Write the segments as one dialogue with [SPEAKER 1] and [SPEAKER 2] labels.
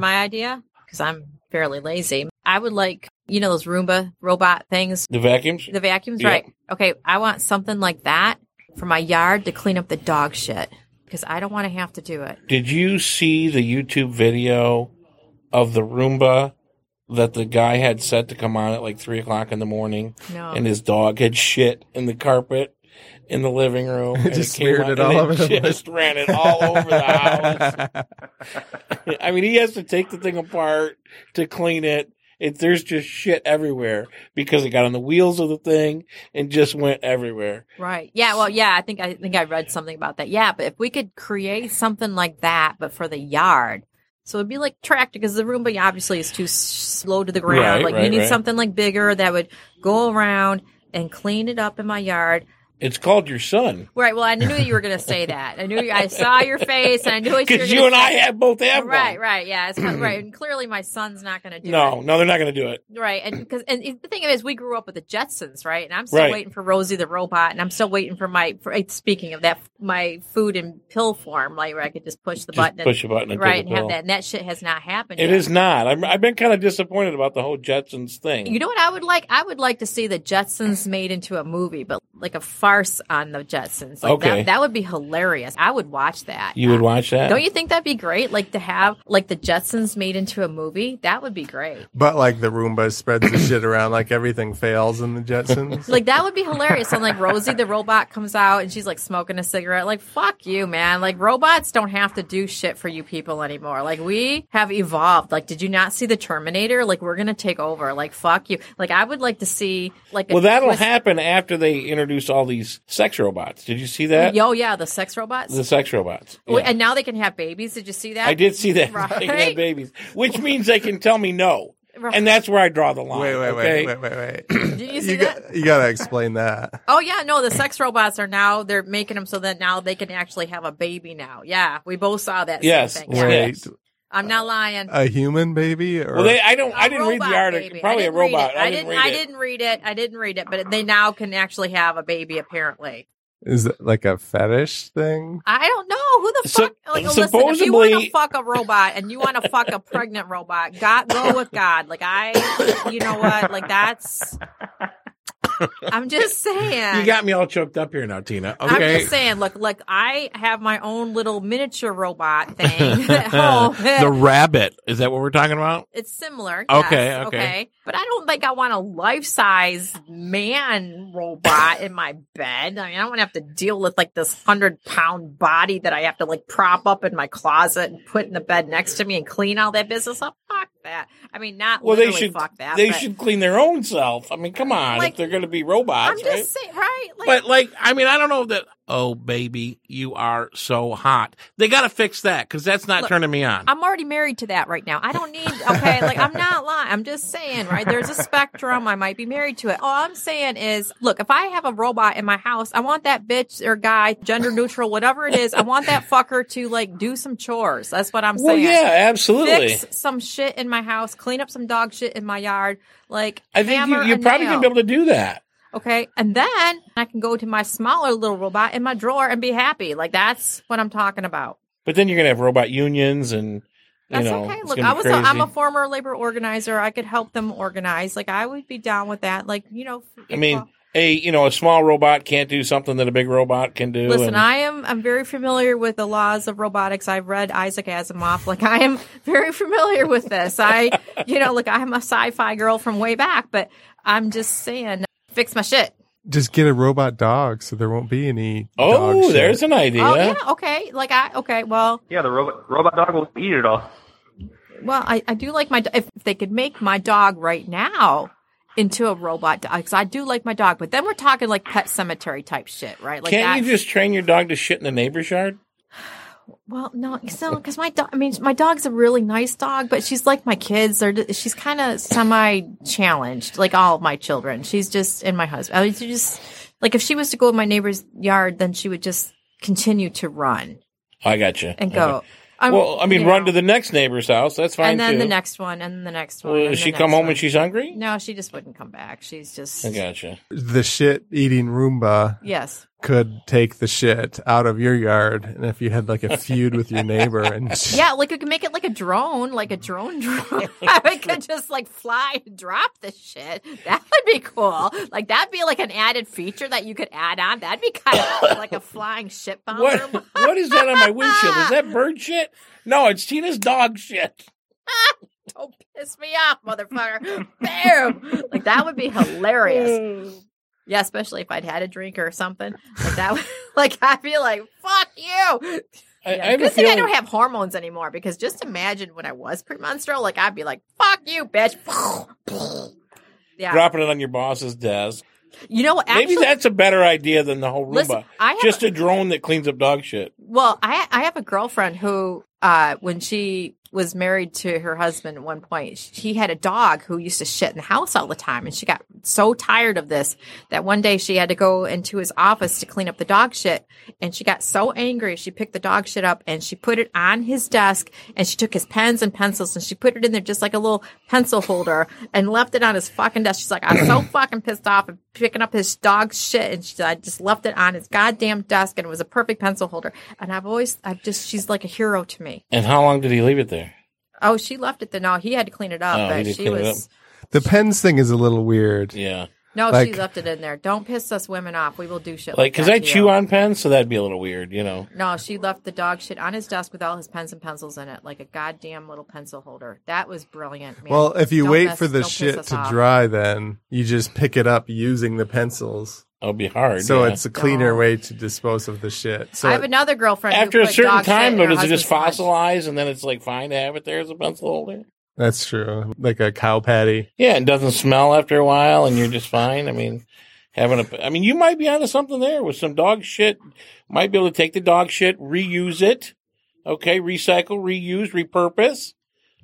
[SPEAKER 1] My idea, because I'm fairly lazy, I would like, you know, those Roomba robot things,
[SPEAKER 2] The vacuums?
[SPEAKER 1] the vacuums,
[SPEAKER 2] Yeah.
[SPEAKER 1] right? Okay, I want something like that for my yard to clean up the dog shit because I don't want to have to do it.
[SPEAKER 2] Did you see the YouTube video of the Roomba that the guy had set to come on at like three o'clock in the morning,
[SPEAKER 1] No.
[SPEAKER 2] and his dog had shit in the carpet in the living room? and
[SPEAKER 3] just
[SPEAKER 2] came
[SPEAKER 3] smeared
[SPEAKER 2] on-
[SPEAKER 3] it
[SPEAKER 2] and
[SPEAKER 3] all over the place.
[SPEAKER 2] Just ran it all over the house. I mean, he has to take the thing apart to clean it. It, there's just shit everywhere because it got on the wheels of the thing and just went everywhere.
[SPEAKER 1] Right. Yeah. Well. Yeah. I think I think I read something about that. Yeah. But if we could create something like that, but for the yard, so it'd be like tractor because the Roomba obviously is too s- low to the ground.
[SPEAKER 2] Right,
[SPEAKER 1] like you
[SPEAKER 2] right,
[SPEAKER 1] need
[SPEAKER 2] right.
[SPEAKER 1] something like bigger that would go around and clean it up in my yard.
[SPEAKER 2] It's called your son
[SPEAKER 1] Right. Well, I knew you were going to say that. I knew. You, I saw your face, and I knew what you were.
[SPEAKER 2] because you
[SPEAKER 1] gonna
[SPEAKER 2] and I
[SPEAKER 1] say.
[SPEAKER 2] have both have one.
[SPEAKER 1] Right. Right. Yeah. It's, not- right. And clearly, my son's not going to do it.
[SPEAKER 2] No, no, they're not going to do it.
[SPEAKER 1] Right, and because and the thing is, we grew up with the Jetsons, right? And I'm still
[SPEAKER 2] Right.
[SPEAKER 1] waiting for Rosie the robot, and I'm still waiting for my. For, eh, speaking of that, my food and pill form, like where I could just push the
[SPEAKER 2] Just
[SPEAKER 1] button,
[SPEAKER 2] push a button and
[SPEAKER 1] and, right,
[SPEAKER 2] take a
[SPEAKER 1] and have
[SPEAKER 2] pill.
[SPEAKER 1] that. And that shit has not happened.
[SPEAKER 2] It
[SPEAKER 1] yet.
[SPEAKER 2] is not. I'm, I've been kind of disappointed about the whole Jetsons thing.
[SPEAKER 1] You know what I would like? I would like to see the Jetsons made into a movie, but like a farce on the Jetsons. Like
[SPEAKER 2] Okay.
[SPEAKER 1] that, that would be hilarious. I would watch that.
[SPEAKER 2] You would watch that?
[SPEAKER 1] Don't you think that'd be great? Like to have like the Jetsons made into a movie. That would be great.
[SPEAKER 3] But like the Roomba spreads the shit around, like everything fails in the Jetsons.
[SPEAKER 1] Like that would be hilarious. And like Rosie the robot comes out and she's like smoking a cigarette. Like fuck you, man. Like robots don't have to do shit for you people anymore. Like we have evolved. Like did you not see the Terminator? Like we're gonna take over. Like fuck you. Like I would like to see like a
[SPEAKER 2] well, that'll
[SPEAKER 1] twist-
[SPEAKER 2] happen after they introduce all these sex robots. Did you see that?
[SPEAKER 1] Yo, yeah, the sex robots.
[SPEAKER 2] The sex robots.
[SPEAKER 1] Wait,
[SPEAKER 2] Yeah.
[SPEAKER 1] And now they can have babies. Did you see that?
[SPEAKER 2] I did see that. They can have
[SPEAKER 1] Right.
[SPEAKER 2] babies, which means they can tell me no,
[SPEAKER 1] Right.
[SPEAKER 2] and that's where I draw the line.
[SPEAKER 3] wait, wait,
[SPEAKER 2] okay?
[SPEAKER 3] wait, wait, wait, wait.
[SPEAKER 1] Did you see that?
[SPEAKER 3] got, you gotta explain that.
[SPEAKER 1] Oh yeah, no, the sex robots are now they're making them so that now they can actually have a baby now. Yeah, we both saw that. same
[SPEAKER 2] Yes.
[SPEAKER 1] thing. Yeah.
[SPEAKER 2] Right.
[SPEAKER 3] Wait,
[SPEAKER 2] Yes.
[SPEAKER 1] I'm not lying.
[SPEAKER 3] a human baby? Or
[SPEAKER 2] Well, they, I don't.
[SPEAKER 1] I
[SPEAKER 2] I didn't read the article. Probably a robot.
[SPEAKER 1] I didn't.
[SPEAKER 2] read
[SPEAKER 1] I
[SPEAKER 2] it.
[SPEAKER 1] didn't read it. I didn't read it. But they now can actually have a baby. Apparently,
[SPEAKER 3] is it like a fetish thing?
[SPEAKER 1] I don't know who the
[SPEAKER 2] So-
[SPEAKER 1] fuck. Like, listen, if you want to
[SPEAKER 2] supposedly-
[SPEAKER 1] fuck a robot and you want to fuck a pregnant robot, God go with God. Like I, you know what? Like that's. I'm just saying.
[SPEAKER 2] You got me all choked up here now, Tina.
[SPEAKER 1] uh, I'm
[SPEAKER 2] Okay.
[SPEAKER 1] just saying. Look, look. I have my own little miniature robot thing at home.
[SPEAKER 2] the rabbit. Is that what we're talking about?
[SPEAKER 1] It's similar.
[SPEAKER 2] Okay,
[SPEAKER 1] yes,
[SPEAKER 2] okay.
[SPEAKER 1] But I don't think I want a life size man robot in my bed. I mean, I don't want to have to deal with like this hundred pound body that I have to like prop up in my closet and put in the bed next to me and clean all that business up. Fuck that. I mean, not
[SPEAKER 2] Well, they
[SPEAKER 1] literally
[SPEAKER 2] should.
[SPEAKER 1] fuck that.
[SPEAKER 2] they
[SPEAKER 1] but
[SPEAKER 2] should clean their own self. I mean, come on.
[SPEAKER 1] Like,
[SPEAKER 2] if they're going to be robots,
[SPEAKER 1] I'm
[SPEAKER 2] right?
[SPEAKER 1] just saying, right? Like,
[SPEAKER 2] But like, I mean, I don't know that. Oh, baby, you are so hot. They got to fix that because that's not
[SPEAKER 1] Look,
[SPEAKER 2] turning me on.
[SPEAKER 1] I'm already married to that right now. I don't need okay, like I'm not lying. I'm just saying, right? There's a spectrum. I might be married to it. All I'm saying is, look, if I have a robot in my house, I want that bitch or guy, gender neutral, whatever it is, I want that fucker to like do some chores. That's what I'm
[SPEAKER 2] well,
[SPEAKER 1] saying.
[SPEAKER 2] yeah, absolutely.
[SPEAKER 1] Fix some shit in my house, clean up some dog shit in my yard. Like
[SPEAKER 2] I think you,
[SPEAKER 1] hammer
[SPEAKER 2] you're
[SPEAKER 1] a
[SPEAKER 2] probably
[SPEAKER 1] nail.
[SPEAKER 2] going to be able to do that.
[SPEAKER 1] Okay. And then I can go to my smaller little robot in my drawer and be happy. Like that's what I'm talking about.
[SPEAKER 2] But then you're going to have robot unions and you
[SPEAKER 1] That's
[SPEAKER 2] know.
[SPEAKER 1] okay.
[SPEAKER 2] it's
[SPEAKER 1] Look,
[SPEAKER 2] gonna be
[SPEAKER 1] I was a, I'm a
[SPEAKER 2] crazy.
[SPEAKER 1] former labor organizer. I could help them organize. Like I would be down with that. Like you know. uh,
[SPEAKER 2] I mean, a you know, a small robot can't do something that a big robot can do.
[SPEAKER 1] listen,
[SPEAKER 2] and-
[SPEAKER 1] I am I'm very familiar with the laws of robotics. I've read Isaac Asimov. Like I am very familiar with this. I you know, look, I'm a sci-fi girl from way back, but I'm just saying, fix my shit.
[SPEAKER 3] Just get a robot dog so there won't be any. dog
[SPEAKER 2] oh,
[SPEAKER 3] shit.
[SPEAKER 2] there's an idea.
[SPEAKER 1] Oh yeah, okay. Like I okay, well,
[SPEAKER 4] Yeah, the robot robot dog will eat it all.
[SPEAKER 1] Well, I, I do like my if they could make my dog right now into a robot dog because I do like my dog. But then we're talking like pet cemetery type shit, right? Like
[SPEAKER 2] Can't you
[SPEAKER 1] that-
[SPEAKER 2] just train your dog to shit in the neighbor's yard?
[SPEAKER 1] Well, no, so because my dog. I mean, my dog's a really nice dog, but she's like my kids. They're d- she's kind of semi challenged, like all of my children. She's just and my husband. I mean, she just like if she was to go in my neighbor's yard, then she would just continue to run
[SPEAKER 2] I got you.
[SPEAKER 1] and go. I'm-
[SPEAKER 2] Well, I mean,
[SPEAKER 1] you
[SPEAKER 2] run
[SPEAKER 1] know,
[SPEAKER 2] to the next neighbor's house. That's fine
[SPEAKER 1] Um, and then
[SPEAKER 2] too.
[SPEAKER 1] the next one, and the next one.
[SPEAKER 2] Will
[SPEAKER 1] and the
[SPEAKER 2] she
[SPEAKER 1] next
[SPEAKER 2] come home
[SPEAKER 1] one.
[SPEAKER 2] when she's hungry?
[SPEAKER 1] No, she just wouldn't come back. She's just
[SPEAKER 2] I gotcha.
[SPEAKER 3] the shit eating Roomba
[SPEAKER 1] yes.
[SPEAKER 3] could take the shit out of your yard, and if you had like a feud with your neighbor, and
[SPEAKER 1] Yeah, like we could make it like a drone, like a drone drone. it could just like fly and drop the shit. That would be cool. Like that'd be like an added feature that you could add on. That'd be kind of like a flying shit bomber.
[SPEAKER 2] What what is that on my windshield? Is that bird shit? No, it's Tina's dog shit.
[SPEAKER 1] Don't piss me off, motherfucker. Bam! Like that would be hilarious. Yeah, especially if I'd had a drink or something. Like that would, like I'd be like, fuck you. Yeah,
[SPEAKER 2] I, I have a
[SPEAKER 1] good thing I
[SPEAKER 2] feeling.
[SPEAKER 1] don't have hormones anymore because just imagine when I was premenstrual, like I'd be like, "Fuck you, bitch!" yeah,
[SPEAKER 2] Dropping it on your boss's desk.
[SPEAKER 1] you know, actually,
[SPEAKER 2] Maybe that's a better idea than the whole Roomba.
[SPEAKER 1] listen, I have
[SPEAKER 2] Just a drone that cleans up dog shit.
[SPEAKER 1] Well, I I have a girlfriend who, uh, when she was married to her husband at one point, she had a dog who used to shit in the house all the time, and she got so tired of this that one day she had to go into his office to clean up the dog shit, and she got so angry she picked the dog shit up and she put it on his desk, and she took his pens and pencils and she put it in there just like a little pencil holder and left it on his fucking desk. She's like, I'm so fucking pissed off and picking up his dog shit. And she said, I just left it on his goddamn desk and it was a perfect pencil holder. And I've always, I've just, she's like a hero to me.
[SPEAKER 2] And how long did he leave it there?
[SPEAKER 1] Oh, she left it there. No, he had to clean it up,
[SPEAKER 2] Oh, he
[SPEAKER 1] but
[SPEAKER 2] did
[SPEAKER 1] she
[SPEAKER 2] clean it
[SPEAKER 1] was,
[SPEAKER 3] the pens thing is a little weird.
[SPEAKER 2] Yeah,
[SPEAKER 1] no, she
[SPEAKER 3] Like-
[SPEAKER 1] left it in there. Don't piss us women off. We will do shit
[SPEAKER 2] like
[SPEAKER 1] like,
[SPEAKER 2] because
[SPEAKER 1] that
[SPEAKER 2] I
[SPEAKER 1] to
[SPEAKER 2] chew
[SPEAKER 1] you.
[SPEAKER 2] on pens, so that'd be a little weird, you know.
[SPEAKER 1] No, she left the dog shit on his desk with all his pens and pencils in it, like a goddamn little pencil holder. That was brilliant. Man.
[SPEAKER 3] Well, if you
[SPEAKER 1] Don't
[SPEAKER 3] wait
[SPEAKER 1] mess-
[SPEAKER 3] for the
[SPEAKER 1] don't piss
[SPEAKER 3] shit
[SPEAKER 1] us
[SPEAKER 3] to
[SPEAKER 1] off.
[SPEAKER 3] dry, then you just pick it up using the pencils.
[SPEAKER 2] It'll be hard.
[SPEAKER 3] So
[SPEAKER 2] yeah.
[SPEAKER 3] it's a cleaner
[SPEAKER 1] Don't.
[SPEAKER 3] way to dispose of the shit. So
[SPEAKER 1] I have another girlfriend. who
[SPEAKER 2] after a
[SPEAKER 1] put
[SPEAKER 2] certain
[SPEAKER 1] dog shit
[SPEAKER 2] time,
[SPEAKER 1] in
[SPEAKER 2] though,
[SPEAKER 1] her
[SPEAKER 2] does it just
[SPEAKER 1] husband's lunch.
[SPEAKER 2] fossilize and then it's like fine to have it there as a pencil holder?
[SPEAKER 3] that's true. Like a cow patty.
[SPEAKER 2] Yeah, it doesn't smell after a while, and you're just fine. I mean, having a, I mean, you might be onto something there with some dog shit. Might be able to take the dog shit, reuse it, okay, recycle, reuse, repurpose.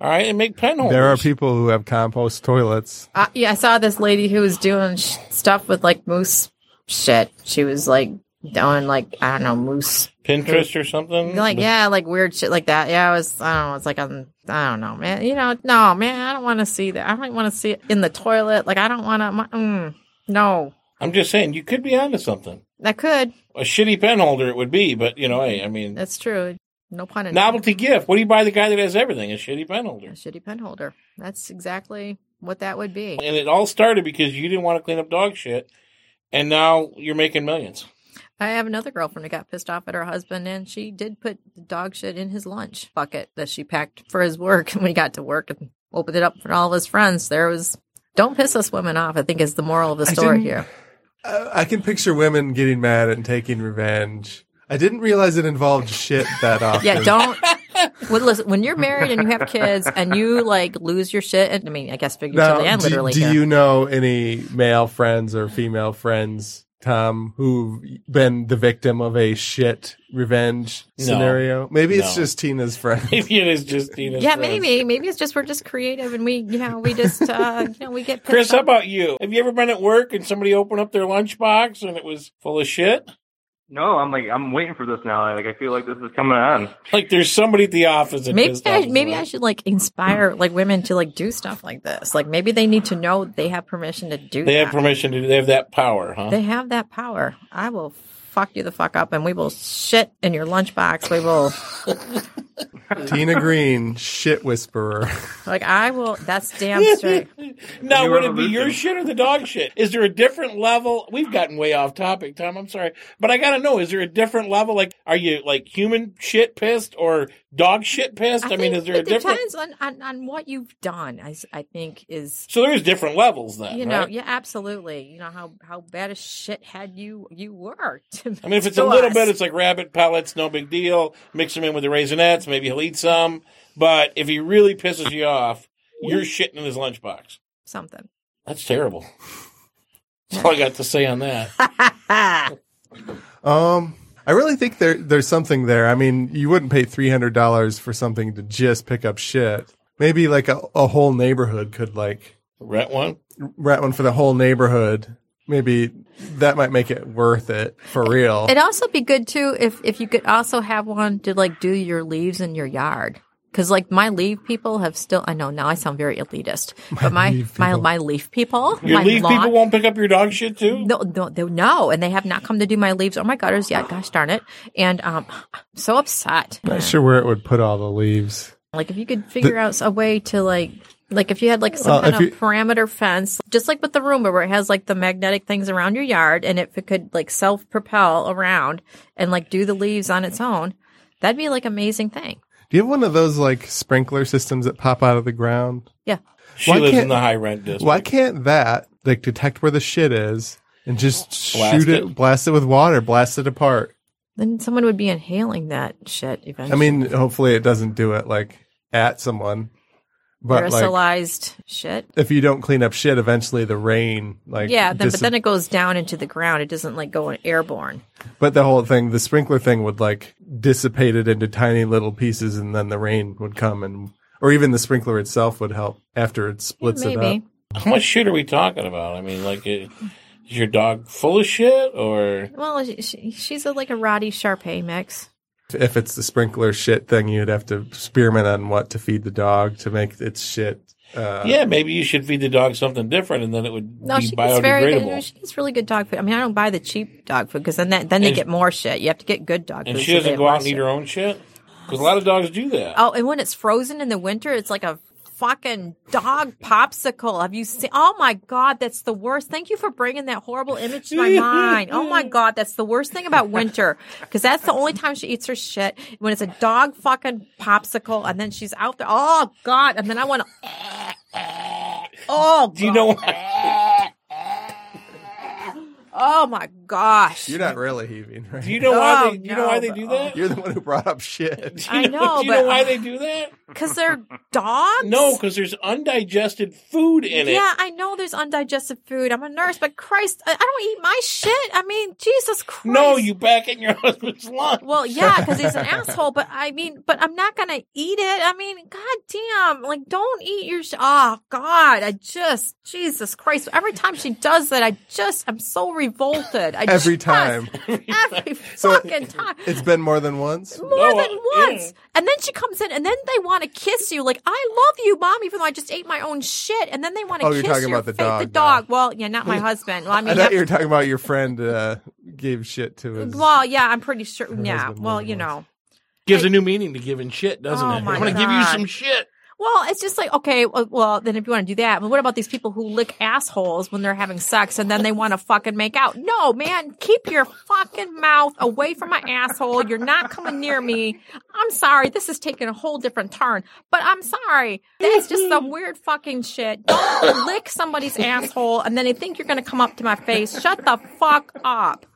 [SPEAKER 2] All right, and make
[SPEAKER 1] Oh,
[SPEAKER 2] pen holders.
[SPEAKER 3] There are people who have compost toilets.
[SPEAKER 1] Uh, yeah, I saw this lady who was doing sh- stuff with like moose shit. She was like doing like I don't know moose,
[SPEAKER 2] Pinterest or something.
[SPEAKER 1] like yeah, like weird shit like that. Yeah, I was I don't know. It's like I'm, I don't know, man. You know, no, man. I don't want to see that. I don't want to see it in the toilet. Like I don't want to. Mm, no,
[SPEAKER 2] I'm just saying you could be onto something.
[SPEAKER 1] I could.
[SPEAKER 2] A shitty pen holder it would be, but you know, hey, I mean,
[SPEAKER 1] That's true. No pun intended.
[SPEAKER 2] novelty gift. What do you buy the guy that has everything? A shitty pen
[SPEAKER 1] A
[SPEAKER 2] holder.
[SPEAKER 1] shitty pen holder. That's exactly what that would be.
[SPEAKER 2] And it all started because you didn't want to clean up dog shit, and now you're making millions.
[SPEAKER 1] I have another girlfriend who got pissed off at her husband, and she did put dog shit in his lunch bucket that she packed for his work. And we got to work and opened it up for all of his friends. There was don't piss us women off. I think is the moral of the
[SPEAKER 3] I
[SPEAKER 1] story
[SPEAKER 3] didn't-
[SPEAKER 1] here.
[SPEAKER 3] I, I can picture women getting mad and taking revenge. I didn't realize it involved shit that often.
[SPEAKER 1] Yeah, don't. well, listen, when you're married and you have kids and you like lose your shit, and I mean, I guess
[SPEAKER 3] Now,
[SPEAKER 1] figuratively and
[SPEAKER 3] do-
[SPEAKER 1] literally.
[SPEAKER 3] do,
[SPEAKER 1] here.
[SPEAKER 3] you know any male friends or female friends, Tom, who've been the victim of a shit revenge
[SPEAKER 2] No.
[SPEAKER 3] scenario? Maybe it's
[SPEAKER 2] No.
[SPEAKER 3] just Tina's friend.
[SPEAKER 2] Maybe it is just Dina's
[SPEAKER 1] yeah,
[SPEAKER 2] friends.
[SPEAKER 1] maybe, maybe it's just we're just creative and we, you know, we just, uh, you know, we get pissed
[SPEAKER 2] Chris, how
[SPEAKER 1] off.
[SPEAKER 2] about you? Have you ever been at work and somebody opened up their lunchbox and it was full of shit?
[SPEAKER 4] No, I'm like I'm waiting for this now. Like I feel like this is coming on.
[SPEAKER 2] Like there's somebody at the office. That
[SPEAKER 1] maybe
[SPEAKER 2] pissed off
[SPEAKER 1] I, maybe
[SPEAKER 2] someone.
[SPEAKER 1] I should like inspire like women to like do stuff like this. Like maybe they need to know they have permission to do.
[SPEAKER 2] They have
[SPEAKER 1] that.
[SPEAKER 2] permission to. They have that power, huh?
[SPEAKER 1] They have that power. I will fuck you the fuck up, and we will shit in your lunchbox. We will
[SPEAKER 3] Tina Green, shit whisperer.
[SPEAKER 1] like I will. That's damn straight.
[SPEAKER 2] now,
[SPEAKER 4] New
[SPEAKER 2] would it be
[SPEAKER 4] revolution.
[SPEAKER 2] your shit or the dog shit? Is there a different level? We've gotten way off topic, Tom. I'm sorry, but I gotta know: is there a different level? Like, are you like human shit pissed or dog shit pissed? I, mean,
[SPEAKER 1] think
[SPEAKER 2] is there a
[SPEAKER 1] it
[SPEAKER 2] different?
[SPEAKER 1] depends on, on on what you've done. I s- I think is.
[SPEAKER 2] So there's different levels then,
[SPEAKER 1] You know,
[SPEAKER 2] right?
[SPEAKER 1] yeah, absolutely. You know how how bad a shithead you you were. to-
[SPEAKER 2] I mean, if it's
[SPEAKER 1] to
[SPEAKER 2] a little
[SPEAKER 1] us.
[SPEAKER 2] bit, it's like rabbit pellets, no big deal. Mix them in with the raisinettes, maybe he'll eat some. But if he really pisses you off, you're shitting in his lunchbox.
[SPEAKER 1] something.
[SPEAKER 2] That's terrible. That's all I got to say on that. Ah.
[SPEAKER 3] Um, I really think there there's something there. I mean, you wouldn't pay three hundred dollars for something to just pick up shit. Maybe like a, a whole neighborhood could like
[SPEAKER 2] Rent one?
[SPEAKER 3] rent one for the whole neighborhood. Maybe that might make it worth it for real.
[SPEAKER 1] It'd also be good too if if you could also have one to like do your leaves in your yard. Because like my leaf people have still, I know now I sound very elitist, but my
[SPEAKER 3] leaf
[SPEAKER 1] my
[SPEAKER 3] people.
[SPEAKER 1] my leaf people,
[SPEAKER 2] Your
[SPEAKER 1] my
[SPEAKER 2] leaf
[SPEAKER 1] lawn-
[SPEAKER 2] people won't pick up your dog shit too.
[SPEAKER 1] no, no, they, no, and they have not come to do my leaves or my gutters yet. Gosh darn it! And um, I'm so upset.
[SPEAKER 3] Not sure where it would put all the leaves.
[SPEAKER 1] Like if you could figure out a way to like like if you had like some
[SPEAKER 3] Well,
[SPEAKER 1] kind
[SPEAKER 3] Uh, if
[SPEAKER 1] of
[SPEAKER 3] you-
[SPEAKER 1] parameter fence, just like with the Roomba where it has like the magnetic things around your yard and if it could like self propel around and like do the leaves on its own, that'd be like amazing thing.
[SPEAKER 3] Do you have one of those like sprinkler systems that pop out of the ground?
[SPEAKER 1] Yeah.
[SPEAKER 2] She
[SPEAKER 3] Why
[SPEAKER 2] lives in
[SPEAKER 3] can't-
[SPEAKER 2] the high rent district.
[SPEAKER 3] Why can't that like detect where the shit is and just
[SPEAKER 2] Blast
[SPEAKER 3] shoot it,
[SPEAKER 2] it.
[SPEAKER 3] blast it with water, blast it apart?
[SPEAKER 1] Then someone would be inhaling that shit
[SPEAKER 3] I
[SPEAKER 1] eventually.
[SPEAKER 3] mean, hopefully it doesn't do it like at someone, but like
[SPEAKER 1] aerosolized shit.
[SPEAKER 3] if you don't clean up shit, eventually the rain like
[SPEAKER 1] Yeah, then,
[SPEAKER 3] dis-
[SPEAKER 1] but then it goes down into the ground. It doesn't like go airborne.
[SPEAKER 3] But the whole thing, the sprinkler thing would like dissipate it into tiny little pieces and then the rain would come and, or even the sprinkler itself would help after it splits it up.
[SPEAKER 1] Maybe.
[SPEAKER 2] How much shit are we talking about? I mean, like, it, is your dog full of shit or?
[SPEAKER 1] Well, she- she, she's a, like a Roddy Sharpay mix.
[SPEAKER 3] If it's the sprinkler shit thing, you'd have to spearmint on what to feed the dog to make its shit. Uh,
[SPEAKER 2] yeah, maybe you should feed the dog something different, and then it would
[SPEAKER 1] No,
[SPEAKER 2] be
[SPEAKER 1] she gets very good.
[SPEAKER 2] biodegradable.
[SPEAKER 1] She gets really good dog food. I mean, I don't buy the cheap dog food because then that, then they
[SPEAKER 2] And-
[SPEAKER 1] get more shit. You have to get good dog
[SPEAKER 2] And
[SPEAKER 1] food.
[SPEAKER 2] she
[SPEAKER 1] so
[SPEAKER 2] doesn't
[SPEAKER 1] they
[SPEAKER 2] go out
[SPEAKER 1] have
[SPEAKER 2] and
[SPEAKER 1] less
[SPEAKER 2] eat her own shit because a lot of dogs do that.
[SPEAKER 1] Oh, and when it's frozen in the winter, it's like a fucking dog popsicle. Have you seen? Oh my god, that's the worst. Thank you for bringing that horrible image to my mind. Oh my god, that's the worst thing about winter because that's the only time she eats her shit when it's a dog fucking popsicle, and then she's out there. Oh god, and then I want to. Oh,
[SPEAKER 2] Do
[SPEAKER 1] God.
[SPEAKER 2] you know? Why,
[SPEAKER 1] Oh my gosh.
[SPEAKER 3] You're not really heaving, right?
[SPEAKER 2] do you know why?
[SPEAKER 1] Oh,
[SPEAKER 2] They, do you know why
[SPEAKER 1] no,
[SPEAKER 2] they
[SPEAKER 1] but-
[SPEAKER 2] do that?
[SPEAKER 3] You're the one who brought up shit.
[SPEAKER 1] I know,
[SPEAKER 2] Do you know
[SPEAKER 1] but-
[SPEAKER 2] why they do that?
[SPEAKER 1] Because they're dogs?
[SPEAKER 2] No, because there's undigested food in it.
[SPEAKER 1] Yeah, I know there's undigested food. I'm a nurse, but Christ, I, I don't eat my shit. I mean, Jesus Christ.
[SPEAKER 2] No, you back in your husband's lunch.
[SPEAKER 1] Well, yeah, because he's an asshole, but I mean, but I'm not going to eat it. I mean, God damn. Like, don't eat your shit. Oh, God. I just, Jesus Christ. Every time she does that, I just, I'm so revolted. I
[SPEAKER 3] Every
[SPEAKER 1] just-
[SPEAKER 3] time.
[SPEAKER 1] Every
[SPEAKER 3] So-
[SPEAKER 1] fucking time.
[SPEAKER 3] It's been more than once.
[SPEAKER 1] more
[SPEAKER 2] No,
[SPEAKER 1] than
[SPEAKER 2] uh,
[SPEAKER 1] once. And then she comes in, and then they want to kiss you. Like, I love you, mom, even though I just ate my own shit. And then they want to
[SPEAKER 3] Oh, you're
[SPEAKER 1] kiss
[SPEAKER 3] talking
[SPEAKER 1] your
[SPEAKER 3] about the
[SPEAKER 1] face.
[SPEAKER 3] dog
[SPEAKER 1] The
[SPEAKER 3] now.
[SPEAKER 1] dog. Well, yeah, not my husband. Well, I
[SPEAKER 3] I
[SPEAKER 1] mean,
[SPEAKER 3] thought you were
[SPEAKER 1] that,
[SPEAKER 3] talking about your friend uh, gave shit to his.
[SPEAKER 1] well, yeah, I'm pretty sure. Yeah,
[SPEAKER 3] husband
[SPEAKER 1] well,
[SPEAKER 3] was
[SPEAKER 1] you
[SPEAKER 3] once.
[SPEAKER 1] know.
[SPEAKER 2] Gives a new meaning to giving shit, doesn't
[SPEAKER 1] Oh
[SPEAKER 2] it? I'm
[SPEAKER 1] my
[SPEAKER 2] gonna give you
[SPEAKER 1] God.
[SPEAKER 2] some shit.
[SPEAKER 1] Well, it's just like, okay, well- well, then if you want to do that, but what about these people who lick assholes when they're having sex and then they want to fucking make out? No, man, keep your fucking mouth away from my asshole. You're not coming near me. I'm sorry. This is taking a whole different turn, but I'm sorry. That's just some weird fucking shit. Don't lick somebody's asshole and then they think you're going to come up to my face. Shut the fuck up.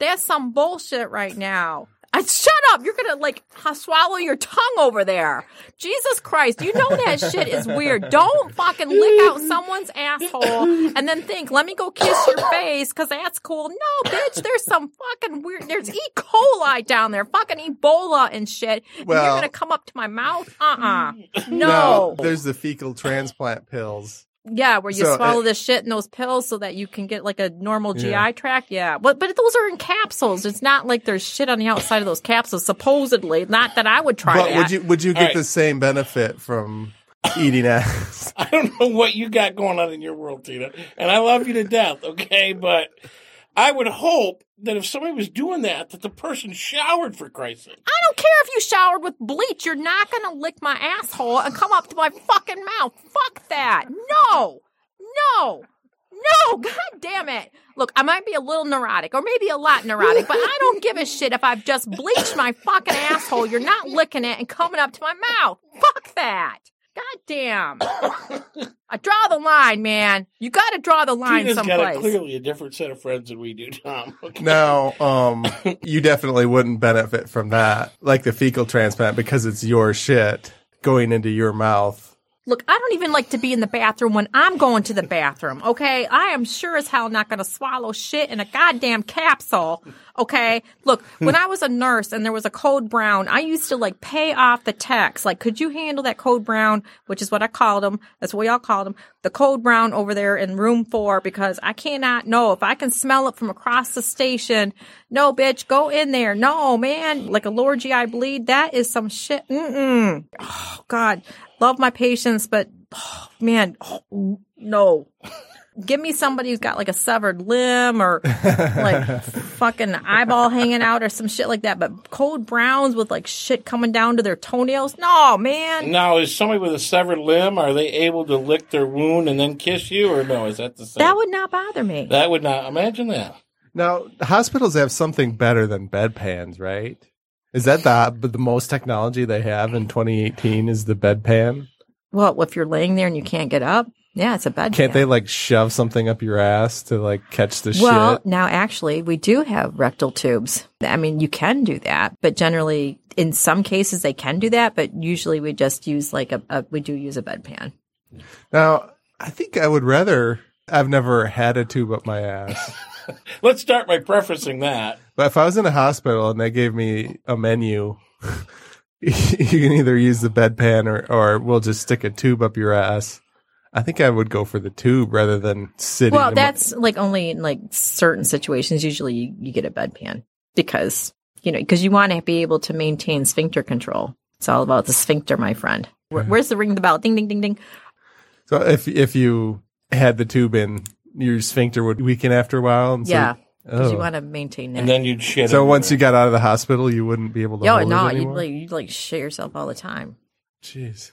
[SPEAKER 1] That's some bullshit right now. I, shut up! You're gonna like ha- swallow your tongue over there. Jesus Christ! You know that shit is weird. Don't fucking lick out someone's asshole and then think, "Let me go kiss your face because that's cool." No, bitch. There's some fucking weird. There's E. coli down there, fucking Ebola and shit. and you're
[SPEAKER 3] Well-
[SPEAKER 1] gonna come up to my mouth? Uh uh
[SPEAKER 3] Now,
[SPEAKER 1] No.
[SPEAKER 3] there's the fecal transplant pills.
[SPEAKER 1] Yeah, where you
[SPEAKER 3] So,
[SPEAKER 1] swallow
[SPEAKER 3] uh,
[SPEAKER 1] the shit in those pills so that you can get like a normal GI
[SPEAKER 3] Yeah.
[SPEAKER 1] tract. Yeah, but but those are in capsules. It's not like there's shit on the outside of those capsules. Supposedly, not that I would try
[SPEAKER 3] But
[SPEAKER 1] that.
[SPEAKER 3] would you would you get
[SPEAKER 2] right.
[SPEAKER 3] the same benefit from eating ass?
[SPEAKER 2] I don't know what you got going on in your world, Tina, and I love you to death, okay? But I would hope that if somebody was doing that, that the person showered for Christ's sake.
[SPEAKER 1] I don't care if you showered with bleach. You're not gonna lick my asshole and come up to my fucking mouth. Fuck that. No, no. No, god damn it. Look, I might be a little neurotic or maybe a lot neurotic, but I don't give a shit if I've just bleached my fucking asshole. You're not licking it and coming up to my mouth. Fuck that. God damn. I draw the line, man. You gotta draw the line
[SPEAKER 2] Tina's got a,
[SPEAKER 1] someplace.
[SPEAKER 2] clearly a different set of friends than we do, Tom. Okay?
[SPEAKER 3] Now, um, you definitely wouldn't benefit from that, like the fecal transplant, because it's your shit going into your mouth.
[SPEAKER 1] Look, I don't even like to be in the bathroom when I'm going to the bathroom, okay? I am sure as hell not going to swallow shit in a goddamn capsule, okay? Look, when I was a nurse and there was a code brown, I used to like pay off the techs. Like, could you handle that code brown, which is what I called them. That's what we all called them. The code brown over there in room four because I cannot know if I can smell it from across the station. No, bitch, go in there. No, man, like a lower GI bleed. That is some shit. Mm-mm. Oh, God love my patients, but oh, man, oh, no. Give me somebody who's got like a severed limb or like fucking eyeball hanging out or some shit like that. But cold browns with like shit coming down to their toenails. No, man.
[SPEAKER 2] Now, is somebody with a severed limb, are they able to lick their wound and then kiss you, or no? Is that the same?
[SPEAKER 1] That would not bother me.
[SPEAKER 2] that would not. Imagine that.
[SPEAKER 3] Now, hospitals have something better than bedpans, right? Is that the but the most technology they have in 2018 is the bedpan?
[SPEAKER 1] Well, if you're laying there and you can't get up, yeah, it's a bed.
[SPEAKER 3] Can't they like shove something up your ass to like catch the
[SPEAKER 1] Well,
[SPEAKER 3] shit?
[SPEAKER 1] now actually, we do have rectal tubes. I mean, you can do that, but generally, in some cases, they can do that. But usually, we just use like a, a we do use a bedpan.
[SPEAKER 3] Now, I think I would rather. I've never had a tube up my ass.
[SPEAKER 2] Let's start by prefacing that.
[SPEAKER 3] But if I was in a hospital and they gave me a menu, you can either use the bedpan or, or we'll just stick a tube up your ass. I think I would go for the tube rather than sitting.
[SPEAKER 1] Well,
[SPEAKER 3] in my-
[SPEAKER 1] that's like only in like certain situations. Usually, you, you get a bedpan because you know because you want to be able to maintain sphincter control. It's all about the sphincter, my friend. Where, where's the ring the bell? Ding, ding, ding, ding.
[SPEAKER 3] so. If if you had the tube in, your sphincter would weaken after a while. And so-
[SPEAKER 1] yeah, because
[SPEAKER 3] oh.
[SPEAKER 1] you want to maintain that.
[SPEAKER 2] And then you'd shit.
[SPEAKER 3] so once you
[SPEAKER 2] everywhere.
[SPEAKER 3] got out of the hospital, you wouldn't be able to.
[SPEAKER 1] Yo,
[SPEAKER 3] hold it
[SPEAKER 1] no, you'd
[SPEAKER 3] anymore?
[SPEAKER 1] like you'd like shit yourself all the time.
[SPEAKER 3] Jeez.